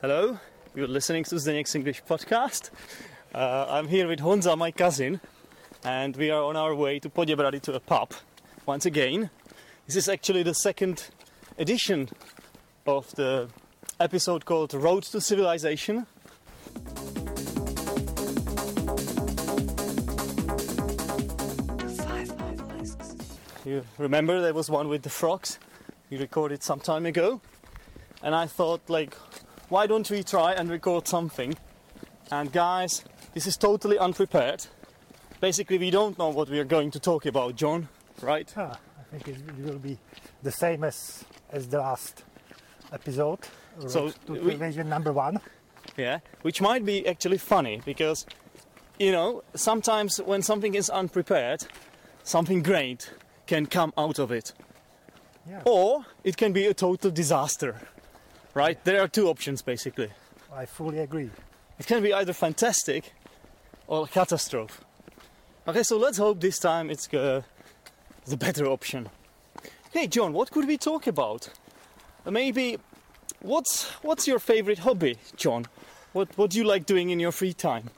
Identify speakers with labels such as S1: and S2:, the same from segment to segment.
S1: Hello, you're listening to the next English podcast. Uh, I'm here with Honza, my cousin, and we are on our way to Podjebrady to a pub once again. This is actually the second edition of the episode called Road to Civilization. You remember there was one with the frogs we recorded some time ago, and I thought, like, why don't we try and record something? And guys, this is totally unprepared. Basically, we don't know what we are going to talk about, John, right?
S2: Ah, I think it will be the same as as the last episode.
S1: So,
S2: Road to
S1: we-
S2: prevention number one.
S1: Yeah, which might be actually funny because, you know, sometimes when something is unprepared, something great can come out of it.
S2: Yeah.
S1: Or it can be a total disaster, right? There are two options basically.
S2: I fully agree.
S1: It can be either fantastic or catastrophe. Okay, so let's hope this time it's uh, the better option. Hey, John, what could we talk about? Uh, Maybe what's what's your favorite hobby, John? What what do you like doing in your free time?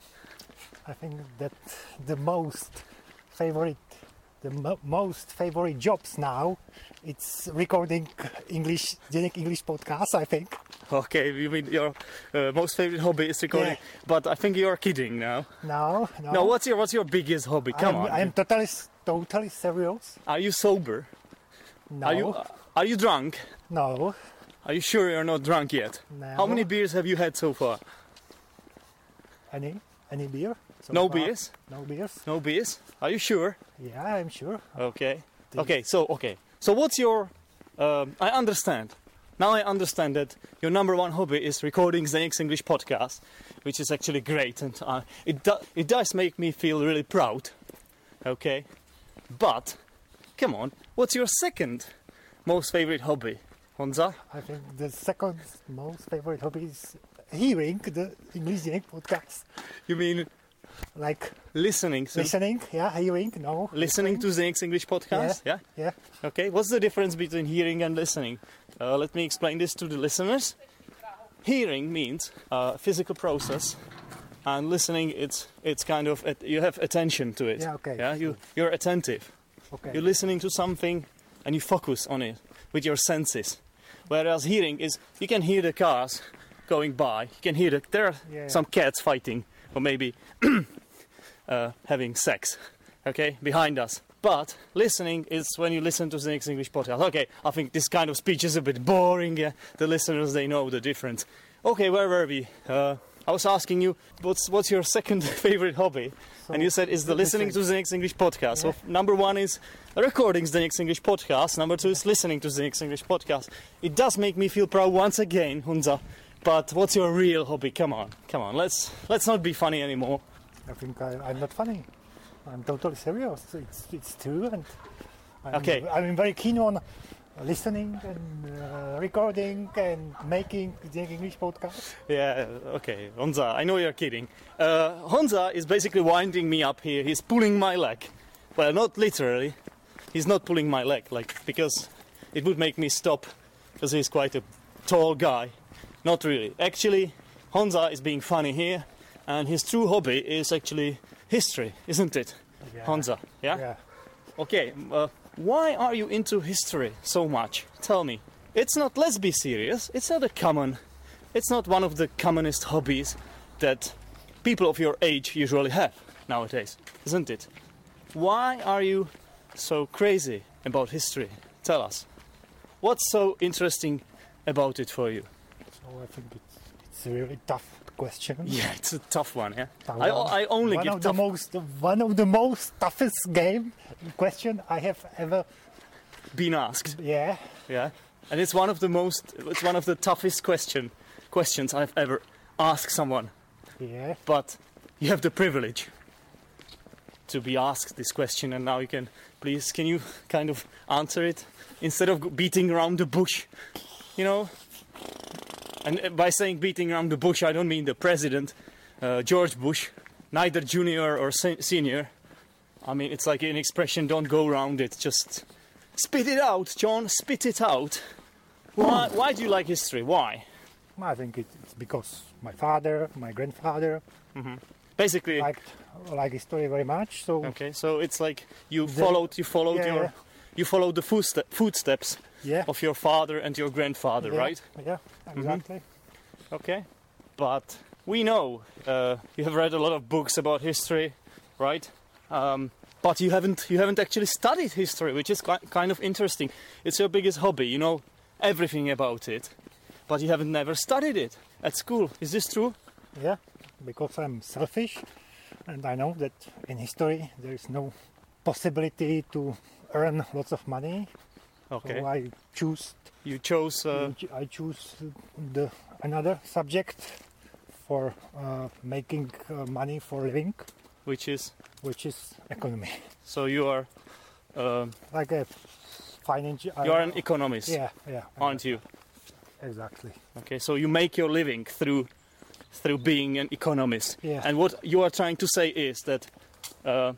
S2: I think that the most favorite, the mo- most favorite jobs now, it's recording English, Genic English podcast. I think.
S1: Okay, you mean your uh, most favorite hobby is recording?
S2: Yeah.
S1: But I think you are kidding now.
S2: No, no.
S1: No, what's your what's your biggest hobby? Come
S2: I'm,
S1: on,
S2: I'm totally, s- totally serious.
S1: are you sober?
S2: No,
S1: Are you uh, are you drunk?
S2: no.
S1: Are you sure you're not drunk yet?
S2: No.
S1: How many beers have you had so far?
S2: Any, any beer? So
S1: No
S2: far?
S1: beers?
S2: No beers.
S1: No beers? Are you sure?
S2: Yeah, I'm sure.
S1: Okay.
S2: This-
S1: Okay, so okay. So what's your um, I understand. Now I understand that your number one hobby is recording the next English podcast, which is actually great and uh, it do- it does make me feel really proud. Okay? But come on, what's your second most favorite hobby? Honza?
S2: I think the second most favorite hobby is hearing the English Zinc podcast.
S1: You mean
S2: Like
S1: listening to
S2: listening, yeah, hearing, no.
S1: listening to the next English podcast? yeah?
S2: Yeah,
S1: Okay, what's the difference between hearing and listening? Uh, let me explain this to the listeners. Hearing means uh, physical process, and listening it's it's kind of at, you have attention to it.
S2: Yeah, okay.
S1: Yeah, you you're attentive.
S2: okay.
S1: You're listening to something and you focus on it with your senses. Whereas hearing is you can hear the cars going by. You can hear the, there are
S2: Yeah, yeah.
S1: some cats fighting or maybe uh, having sex. Okay, behind us. But listening is when you listen to the next English podcast. Okay, I think this kind of speech is a bit boring. Yeah, the listeners they know the difference. Okay, where were we? Uh, I was asking you what's what's your second favorite hobby, and you said it's the listening to the next English podcast. So number one is recording the next English podcast. Number two is listening to the next English podcast. It does make me feel proud once again, Hunza. But what's your real hobby? Come on, come on. Let's let's not be funny anymore.
S2: I think I, I'm not funny. I'm totally serious. It's it's true, and I'm,
S1: Okay.
S2: I'm very keen on listening and uh, recording and making the English podcast.
S1: Yeah, okay, Honza, I know you're kidding. Uh, Honza is basically winding me up here. He's pulling my leg. Well, not literally. He's not pulling my leg, like, because it would make me stop, because he's quite a tall guy. Not really. Actually, Honza is being funny here, and his true hobby is actually history, isn't it?
S2: Yeah.
S1: Honza, yeah?
S2: Yeah.
S1: Okay, uh, why are you into history so much? Tell me. It's not, let's be serious, it's not a common, it's not one of the commonest hobbies that people of your age usually have nowadays, isn't it? Why are you so crazy about history? Tell us. What's so interesting about it for you?
S2: So I think it's it's a really tough question.
S1: Yeah, it's a tough one, yeah?
S2: Tough
S1: I,
S2: one.
S1: I only
S2: one
S1: give
S2: of the
S1: tough...
S2: most one of the most toughest game question I have ever
S1: been asked.
S2: yeah
S1: Yeah, and it's one of the most, it's one of the toughest question questions I've ever asked someone.
S2: yeah
S1: But you have the privilege to be asked this question, and now you can, please, can you kind of answer it instead of beating around the bush, you know? And uh, by saying beating around the bush, I don't mean the president, uh, George Bush, neither junior or se- senior. I mean, it's like an expression, don't go around it, just spit it out, John, spit it out. Why, why do you like history? Why?
S2: I think it, it's because my father, my grandfather
S1: Basically,
S2: liked like his story very much. So
S1: okay. So it's like you
S2: The-
S1: followed, you followed
S2: yeah,
S1: your,
S2: yeah.
S1: you followed the footste- footsteps
S2: yeah,
S1: of your father and your grandfather,
S2: yeah,
S1: right? Mm-hmm.
S2: Yeah, exactly.
S1: Okay. But we know uh, you have read a lot of books about history, right? Um, but you haven't you haven't actually studied history, which is ki- kind of interesting. It's your biggest hobby. You know everything about it, but you haven't never studied it at school. Is this true?
S2: Yeah, because I'm selfish, and I know that in history there is no possibility to earn lots of money.
S1: Okay.
S2: So I choose
S1: You chose. Uh,
S2: I choose the another subject for uh, making uh, money for living,
S1: which is
S2: which is economy.
S1: so you are um
S2: Like a financial.
S1: you are an economist,
S2: Yeah, yeah.
S1: aren't you?
S2: Exactly.
S1: Okay, so you make your living through through being an economist,
S2: Yeah.
S1: and what you are trying to say is that uh,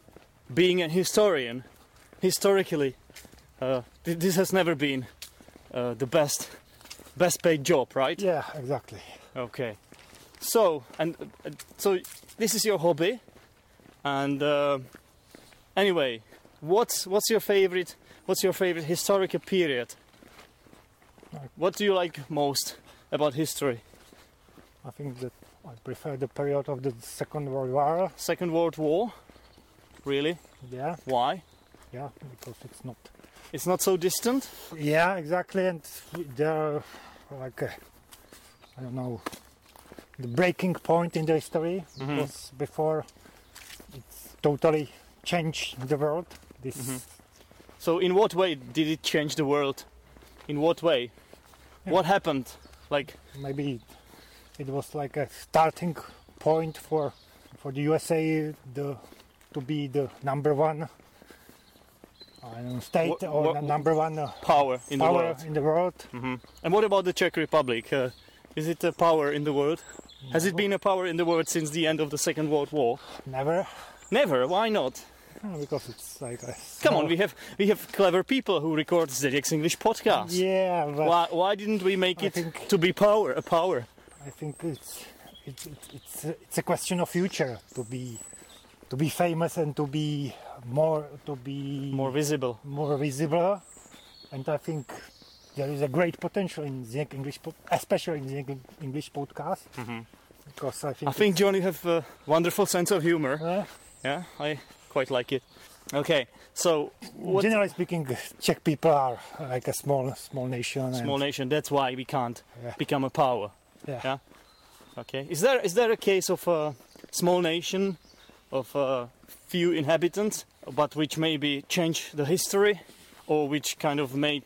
S1: being a historian, historically, uh, th- this has never been uh, the best best paid job, right?
S2: Yeah, exactly.
S1: Okay. So and uh, so this is your hobby, and uh, anyway, what's what's your favorite what's your favorite historical period? What do you like most about history?
S2: I think that I prefer the period of the Second World War.
S1: Second World War? Really?
S2: Yeah,
S1: Why?
S2: yeah, because it's not.
S1: It's not so distant.
S2: Yeah, exactly. And there, like, I I don't know, the breaking point in the history
S1: Mhm.
S2: was before it's totally changed the world. This
S1: Mhm. So, in what way did it change the world? In what way?
S2: Yeah.
S1: What happened? Like,
S2: maybe it, it was like a starting point for for the USA the to be the number one I don't know, state
S1: What-
S2: or
S1: what-
S2: the number one uh,
S1: power in the
S2: power Mm-hmm.
S1: world.
S2: in the world.
S1: hmm And what about the Czech Republic? Uh, is it a power in the world? Has it been a power in the world since the end of the Second World War?
S2: Never,
S1: Never. Why not?
S2: uh, because it's like a
S1: Come
S2: small-
S1: on, we have we have clever people who record ZDX English podcasts.
S2: yeah, but
S1: Why, why didn't we make
S2: I
S1: it
S2: think-
S1: to be power a power?
S2: I think it's it's it's it's a, it's a question of future to be to be famous and to be more to be
S1: More visible.
S2: more visible. And I think there is a great potential in the English, po- especially in the Eng- English podcast, because I think.
S1: Mm-hmm. I think John, you have a wonderful sense of humor.
S2: uh,
S1: Yeah, I quite like it. Okay, so what
S2: generally speaking, Czech people are like a small, small nation.
S1: small
S2: and,
S1: nation? That's why we can't
S2: Yeah.
S1: become a power.
S2: yeah.
S1: yeah. Okay, is there is there a case of a small nation of uh, few inhabitants, but which maybe changed the history, or which kind of made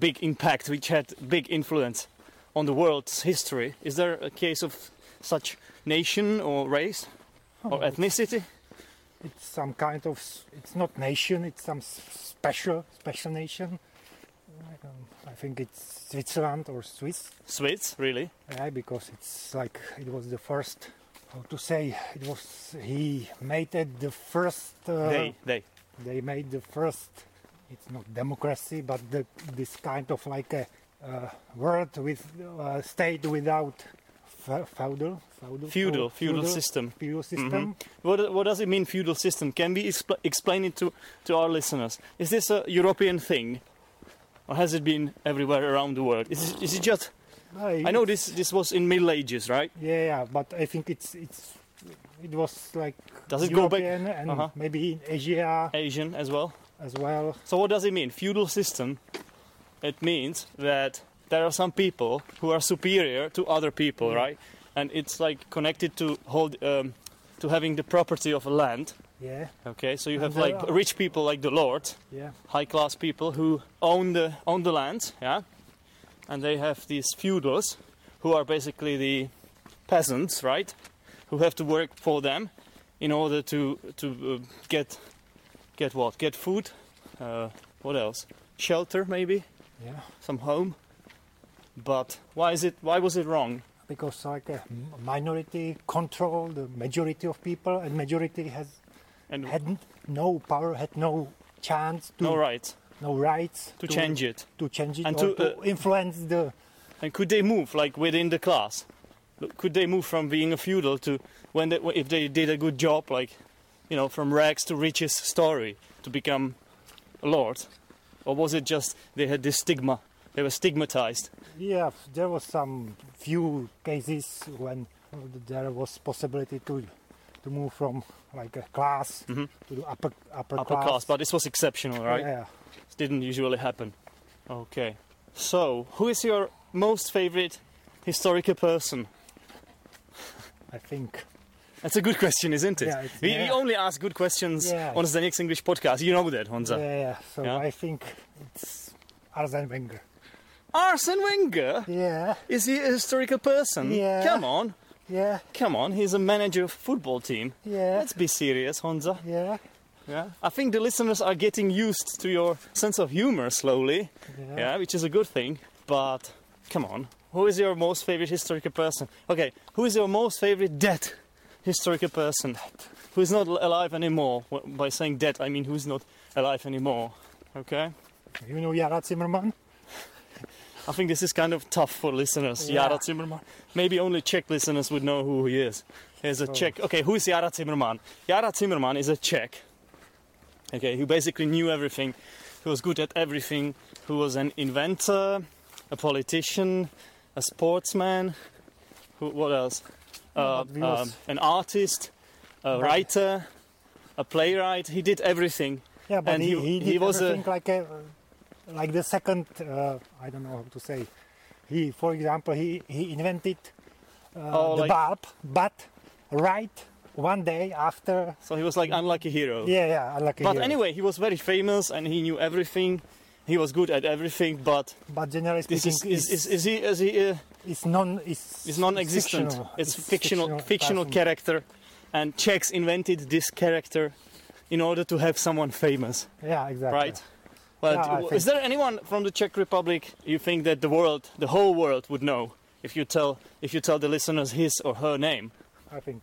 S1: big impact, which had big influence on the world's history? Is there a case of such nation or race or
S2: Oh,
S1: ethnicity?
S2: It's some kind of. s- It's not nation. It's some s- special, special nation. I, don't- I think it's Switzerland or Swiss.
S1: Swiss, really?
S2: Yeah, because it's like it was the first. How to say? It was he made it the first. Uh,
S1: they, they.
S2: they made the first it's not democracy but the, this kind of like a uh, world with uh, state without fe- feudal
S1: feudal
S2: feudal
S1: feudal Mm-hmm. system.
S2: Oh, feudal system
S1: What what does it mean feudal system? Can we expl- explain it to to our listeners? Is this a European thing, or has it been everywhere around the world? Is it, is it just?
S2: Uh,
S1: I know this this was in Middle Ages, right?
S2: yeah yeah but i think it's it's it was like
S1: Does it go back-
S2: European and
S1: Uh-huh.
S2: maybe in asia
S1: Asian as well.
S2: as well
S1: So what does it mean feudal system? It means that there are some people who are superior to other people,
S2: Mm.
S1: right? And it's like connected to hold um, to having the property of land.
S2: yeah
S1: Okay, so you
S2: And
S1: have
S2: there
S1: like
S2: are-
S1: rich people like the lords,
S2: yeah
S1: high class people who own the own the land, yeah, and they have these feudals who are basically the peasants, right, who have to work for them in order to to uh, get get what get food, uh, what else, shelter maybe,
S2: yeah
S1: some home. But why is it why was it wrong?
S2: because like a m- minority control the majority of people and majority has
S1: And
S2: had n- no power had no chance to
S1: no right
S2: no rights
S1: to change it.
S2: to change it
S1: And to,
S2: or
S1: uh,
S2: to influence the
S1: And could they move like within the class? Look, Could they move from being a feudal to when they, if they did a good job, like you know, from rags to riches story to become a lord, or was it just they had this stigma? They were stigmatized.
S2: Yeah, there was some few cases when there was possibility to to move from like a class
S1: Mhm.
S2: to the upper upper,
S1: upper class. but this was exceptional, right?
S2: Yeah.
S1: It didn't usually happen. Okay. So, who is your most favorite historical person?
S2: I think.
S1: That's a good question, isn't it?
S2: Yeah, it's-
S1: we, we
S2: yeah.
S1: only ask good questions
S2: Yeah.
S1: on the Next English podcast. You know that, Honza.
S2: Yeah, yeah. So
S1: Yeah?
S2: I think it's Arsene Wenger.
S1: Arsene Wenger?
S2: Yeah,
S1: Is he a historical person?
S2: Yeah.
S1: Come on,
S2: yeah,
S1: come on. He's a manager of a football team.
S2: yeah,
S1: Let's be serious, Honza.
S2: yeah,
S1: Yeah. I think the listeners are getting used to your sense of humor slowly.
S2: yeah.
S1: yeah, which is a good thing. But come on, who is your most favorite historical person? Okay, who is your most favorite dead historical person? Who is not al- alive anymore? Wh- By saying dead, I mean who's not alive anymore. Okay,
S2: You know Yara Zimmerman?
S1: I think this is kind of tough for listeners.
S2: Yeah.
S1: Yara Zimmerman. Maybe only Czech listeners would know who he is. He's a
S2: Oh.
S1: Czech. Okay, who is Yara Zimmerman? Yara Zimmerman is a Czech. Okay, who basically knew everything. Who was good at everything. Who was an inventor, a politician, a sportsman. Who, what else? Uh,
S2: What was-
S1: um, an artist, a
S2: But-
S1: writer, a playwright. He did everything.
S2: Yeah, but
S1: And
S2: he,
S1: he-
S2: he did
S1: he was a-
S2: everything like a, like the second. Uh, I don't know how to say. He, for example, he he invented uh,
S1: Oh,
S2: the
S1: like-
S2: bulb, but right one day after.
S1: So he was like unlucky hero.
S2: Yeah, yeah, uh, unlucky.
S1: But
S2: hero.
S1: anyway, he was very famous and he knew everything. He was good at everything, but
S2: but generally
S1: this
S2: speaking,
S1: is is, is,
S2: it's,
S1: is he is he uh,
S2: it's non it's,
S1: is non-existent.
S2: fictional.
S1: It's, fictional fictional,
S2: person.
S1: character, and Czechs invented this character in order to have someone famous,
S2: Yeah, exactly.
S1: right? Well,
S2: Yeah, I
S1: d-
S2: think-
S1: is there anyone from the Czech Republic you think that the world, the whole world, would know if you tell if you tell the listeners his or her name?
S2: I think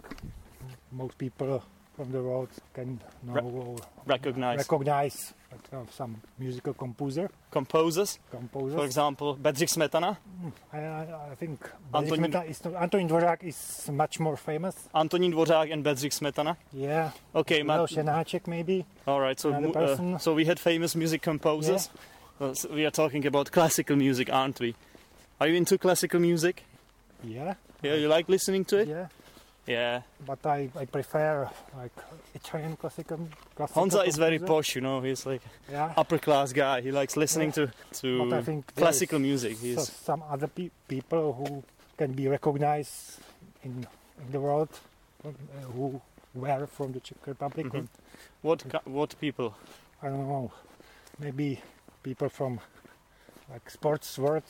S2: most people from the world can know
S1: Re-
S2: or
S1: Recognize
S2: recognize uh, some musical composer.
S1: composers,
S2: Composers.
S1: for example, Bedřich Smetana,
S2: I, I, I think
S1: Antonín-
S2: Antonin... is not, Antonin Dvořák is much more famous.
S1: Antonín Dvořák, and Bedřich Smetana.
S2: Yeah.
S1: Okay, Ma-
S2: Miloš Janáček maybe.
S1: All right, so
S2: Another
S1: mu- uh,
S2: person.
S1: so we had famous music composers. Uh, so we are talking about classical music, aren't we? Are you into classical music?
S2: Yeah.
S1: Yeah, you like listening to it?
S2: Yeah.
S1: Yeah.
S2: But I, I prefer like Italian classical. classical
S1: Honza is very
S2: composer.
S1: posh, you know. He's like
S2: Yeah.
S1: upper class guy. He likes listening to
S2: But
S1: to
S2: I think there is
S1: classical music.
S2: so,
S1: He's
S2: some other pe- people who can be recognized in, in the world uh, who were from the Czech Republic.
S1: Mhm. what ca- what people?
S2: I don't know, maybe people from like sports world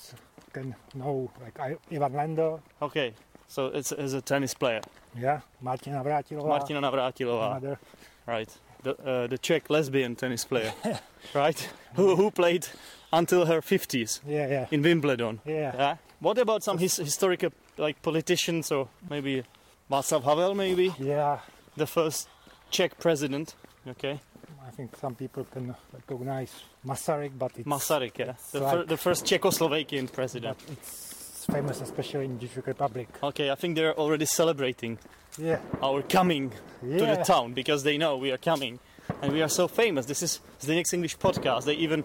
S2: can know, like I, Ivan Lendl,
S1: Okay, so it's is a tennis player,
S2: yeah, Martin Navratilova,
S1: Martina Navratilova,
S2: another,
S1: right? The uh, the Czech lesbian tennis player, right? Who who played until her 50s
S2: yeah, yeah,
S1: in Wimbledon.
S2: yeah,
S1: Yeah. Uh-huh. What about some his, historical like politicians or maybe Václav Havel maybe
S2: yeah.
S1: the first Czech president? Okay,
S2: I think some people can recognize Masaryk, but it's,
S1: Masaryk, yeah, the,
S2: like-
S1: fir- the first Czechoslovakian president.
S2: but it's famous, especially in the Czech Republic.
S1: Okay, I think they're already celebrating
S2: Yeah,
S1: our coming
S2: yeah.
S1: to the town because they know we are coming, and we are so famous. This is the next English podcast. They even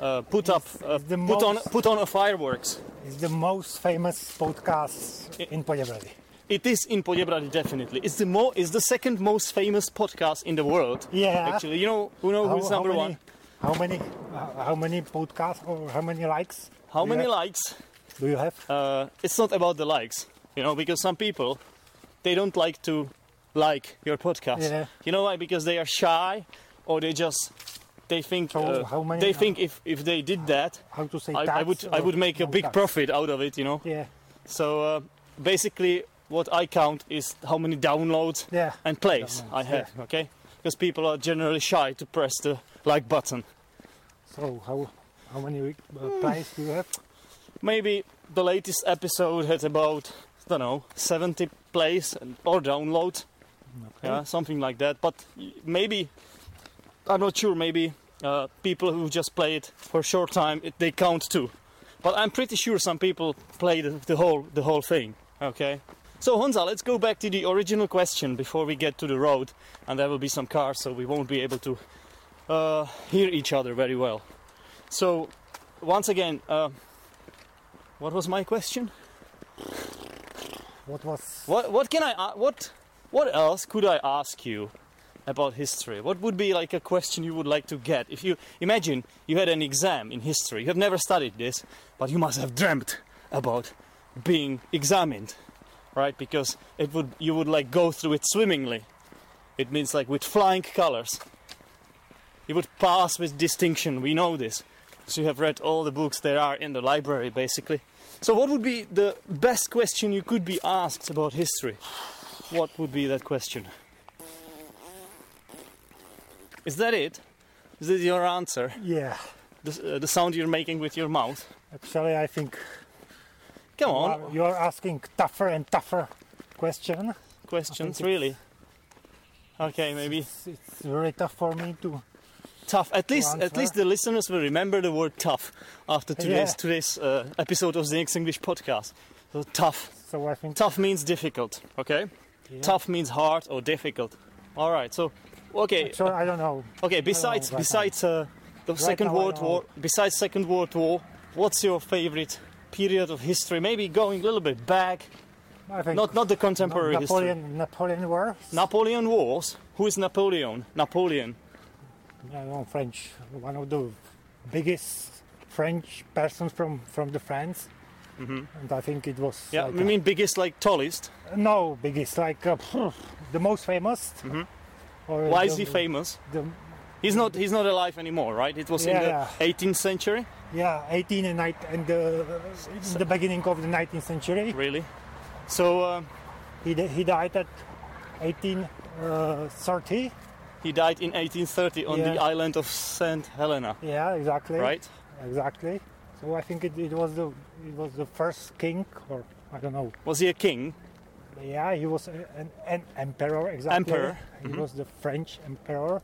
S1: uh, put up,
S2: It's-
S1: uh,
S2: it's the
S1: put on,
S2: most-
S1: put on a fireworks.
S2: It's the most famous podcast
S1: I-
S2: in Pojebrady.
S1: It is in Podjebrady definitely. It's the mo- it's the second most famous podcast in the world.
S2: Yeah.
S1: Actually, you know who know who's number
S2: many,
S1: one?
S2: How many? Uh, how many podcasts or how many likes?
S1: How
S2: do
S1: many
S2: you have?
S1: likes?
S2: do you have?
S1: Uh, it's not about the likes, you know, because some people they don't like to like your podcast.
S2: Yeah.
S1: You know why? Because they are shy, or they just they think
S2: So
S1: uh,
S2: how many
S1: they
S2: are-
S1: think if, if they did that,
S2: How to say?
S1: I, I
S2: tax
S1: would I
S2: or
S1: would make a
S2: no
S1: big
S2: tax?
S1: profit out of it, you know.
S2: Yeah,
S1: So uh, basically, what I count is how many downloads
S2: yeah,
S1: and plays I
S2: Downloads,
S1: have. Okay, because people are generally shy to press the like button.
S2: So how how many uh,
S1: Hmm.
S2: plays do you have?
S1: maybe the latest episode had about I don't know 70 plays and, or download,
S2: Okay.
S1: yeah, something like that. But y- maybe I'm not sure. Maybe uh, people who just play it for a short time it, they count too. But I'm pretty sure some people play the, the whole the whole thing. Okay. So Honza, let's go back to the original question before we get to the road, and there will be some cars, so we won't be able to uh, hear each other very well. So, once again, uh, what was my question?
S2: What was
S1: What what can I a- what what else could I ask you about history? What would be like a question you would like to get if you imagine you had an exam in history? You have never studied this, but you must have dreamt about being examined, right? Because it would you would like go through it swimmingly. It means like with flying colors. You would pass with distinction. We know this. So you have read all the books there are in the library basically. So, what would be the best question you could be asked about history? What would be that question? Is that it? Is this your answer?
S2: yeah?
S1: The, uh, the sound you're making with your mouth?
S2: Actually, I think
S1: Come
S2: you
S1: on,
S2: are- you are asking tougher and tougher question.
S1: questions,
S2: it's-
S1: really. Okay, maybe
S2: It's, it's very tough for me to.
S1: tough. At least, at
S2: answer.
S1: least the listeners will remember the word tough after today's
S2: Yeah.
S1: today's uh, episode of the Next English podcast. So tough.
S2: So I think
S1: Tough means difficult. Okay.
S2: yeah.
S1: Tough means hard or difficult. All right. So, okay.
S2: Actually, I don't know.
S1: Okay, besides
S2: Oh, right now.
S1: besides uh, the Second
S2: now I
S1: World
S2: don't
S1: War, besides Second World War, what's your favorite period of history? Maybe going a little bit back,
S2: I think
S1: not not the contemporary
S2: Napoleon
S1: history.
S2: Napoleon War.
S1: Napoleon Wars. Who is Napoleon? Napoleon.
S2: I know French. One of the biggest French persons from from the France. And I think it was
S1: Mm-hmm. Yeah,
S2: like
S1: we mean biggest like tallest.
S2: a- no biggest like uh, the most famous. Or
S1: Mm-hmm. Why
S2: the,
S1: is he famous?
S2: the-
S1: He's not he's not alive anymore, right? It was
S2: Yeah.
S1: in the 18th century,
S2: yeah, 18 and, nine and the, in the beginning of the 19th century.
S1: really. So uh,
S2: He, di- he died at uh, 1830.
S1: he died in 1830 on the
S2: Yeah.
S1: island of Saint Helena,
S2: yeah, exactly.
S1: right?
S2: Exactly. So I think it, it was the it was the first king, or I don't know.
S1: Was he a king?
S2: Yeah, he was a- an, an emperor. Exactly.
S1: Emperor, Mm-hmm.
S2: He was the French emperor,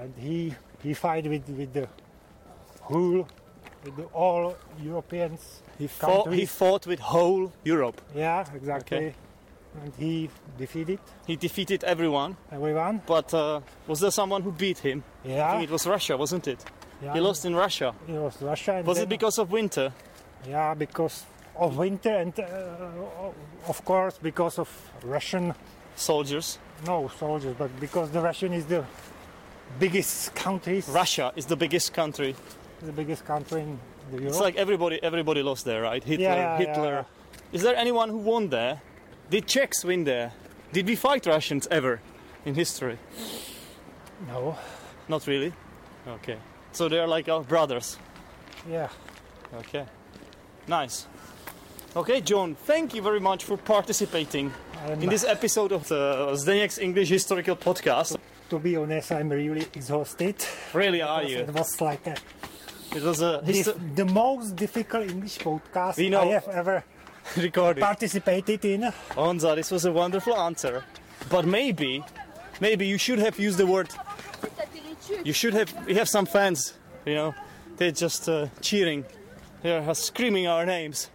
S2: and he he fight with with the whole with the, all Europeans.
S1: He fought, he
S2: countries.
S1: fought with whole Europe.
S2: Yeah, exactly. And he defeated
S1: He defeated everyone.
S2: everyone.
S1: But uh, was there someone who beat him? I
S2: Yeah.
S1: think it was Russia, wasn't it?
S2: yeah.
S1: He lost in Russia.
S2: It was Russia. And
S1: Was
S2: then,
S1: it because of winter?
S2: Yeah, because of winter and uh, of course because of Russian
S1: Soldiers.
S2: No soldiers, but because the Russian is the biggest country,
S1: Russia is the biggest country.
S2: the biggest country in the Europe.
S1: It's like everybody, everybody lost there, right? Hitler,
S2: yeah, yeah,
S1: Hitler. Is there anyone who won there? Did Czechs win there? Did we fight Russians ever in history?
S2: no,
S1: Not really. Okay. So they are like our brothers.
S2: yeah,
S1: Okay. Nice. Okay, John. Thank you very much for participating
S2: I'm,
S1: in this episode of the Zdenek's English Historical Podcast.
S2: to be honest, I'm really exhausted.
S1: Really, are you?
S2: It was like a,
S1: It was a
S2: this,
S1: histo-
S2: the most difficult English podcast
S1: We know.
S2: I have ever
S1: recording.
S2: participated in.
S1: Onza, this was a wonderful answer, but maybe, maybe you should have used the word. You should have. We have some fans, you know. They're just uh, cheering. They're screaming our names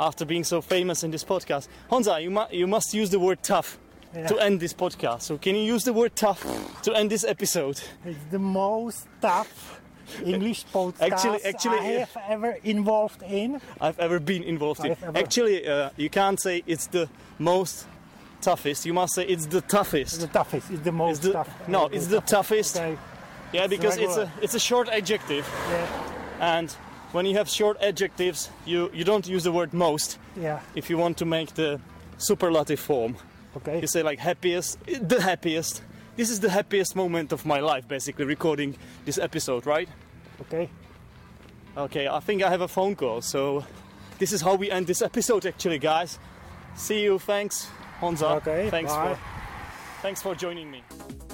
S1: after being so famous in this podcast. Honza, you, mu- you must use the word tough to
S2: Yeah.
S1: end this podcast. So can you use the word tough to end this episode?
S2: It's the most tough English podcast
S1: Actually- actually,
S2: I
S1: yeah.
S2: have ever involved in.
S1: I've ever been involved in.
S2: I've ever-
S1: Actually, uh, you can't say it's the most toughest. You must say it's the toughest.
S2: The toughest, it's the most
S1: It's the-
S2: tough.
S1: no, it's the toughest.
S2: Okay.
S1: Yeah, because it's a
S2: regular.
S1: it's a short adjective,
S2: Yeah,
S1: and when you have short adjectives, you you don't use the word most
S2: yeah,
S1: if you want to make the superlative form.
S2: okay.
S1: You say like happiest, the happiest. This is the happiest moment of my life, basically recording this episode, right?
S2: Okay.
S1: Okay, I think I have a phone call, so this is how we end this episode, actually, guys. See you. Thanks, Honza.
S2: Okay,
S1: thanks
S2: bye.
S1: for thanks for joining me.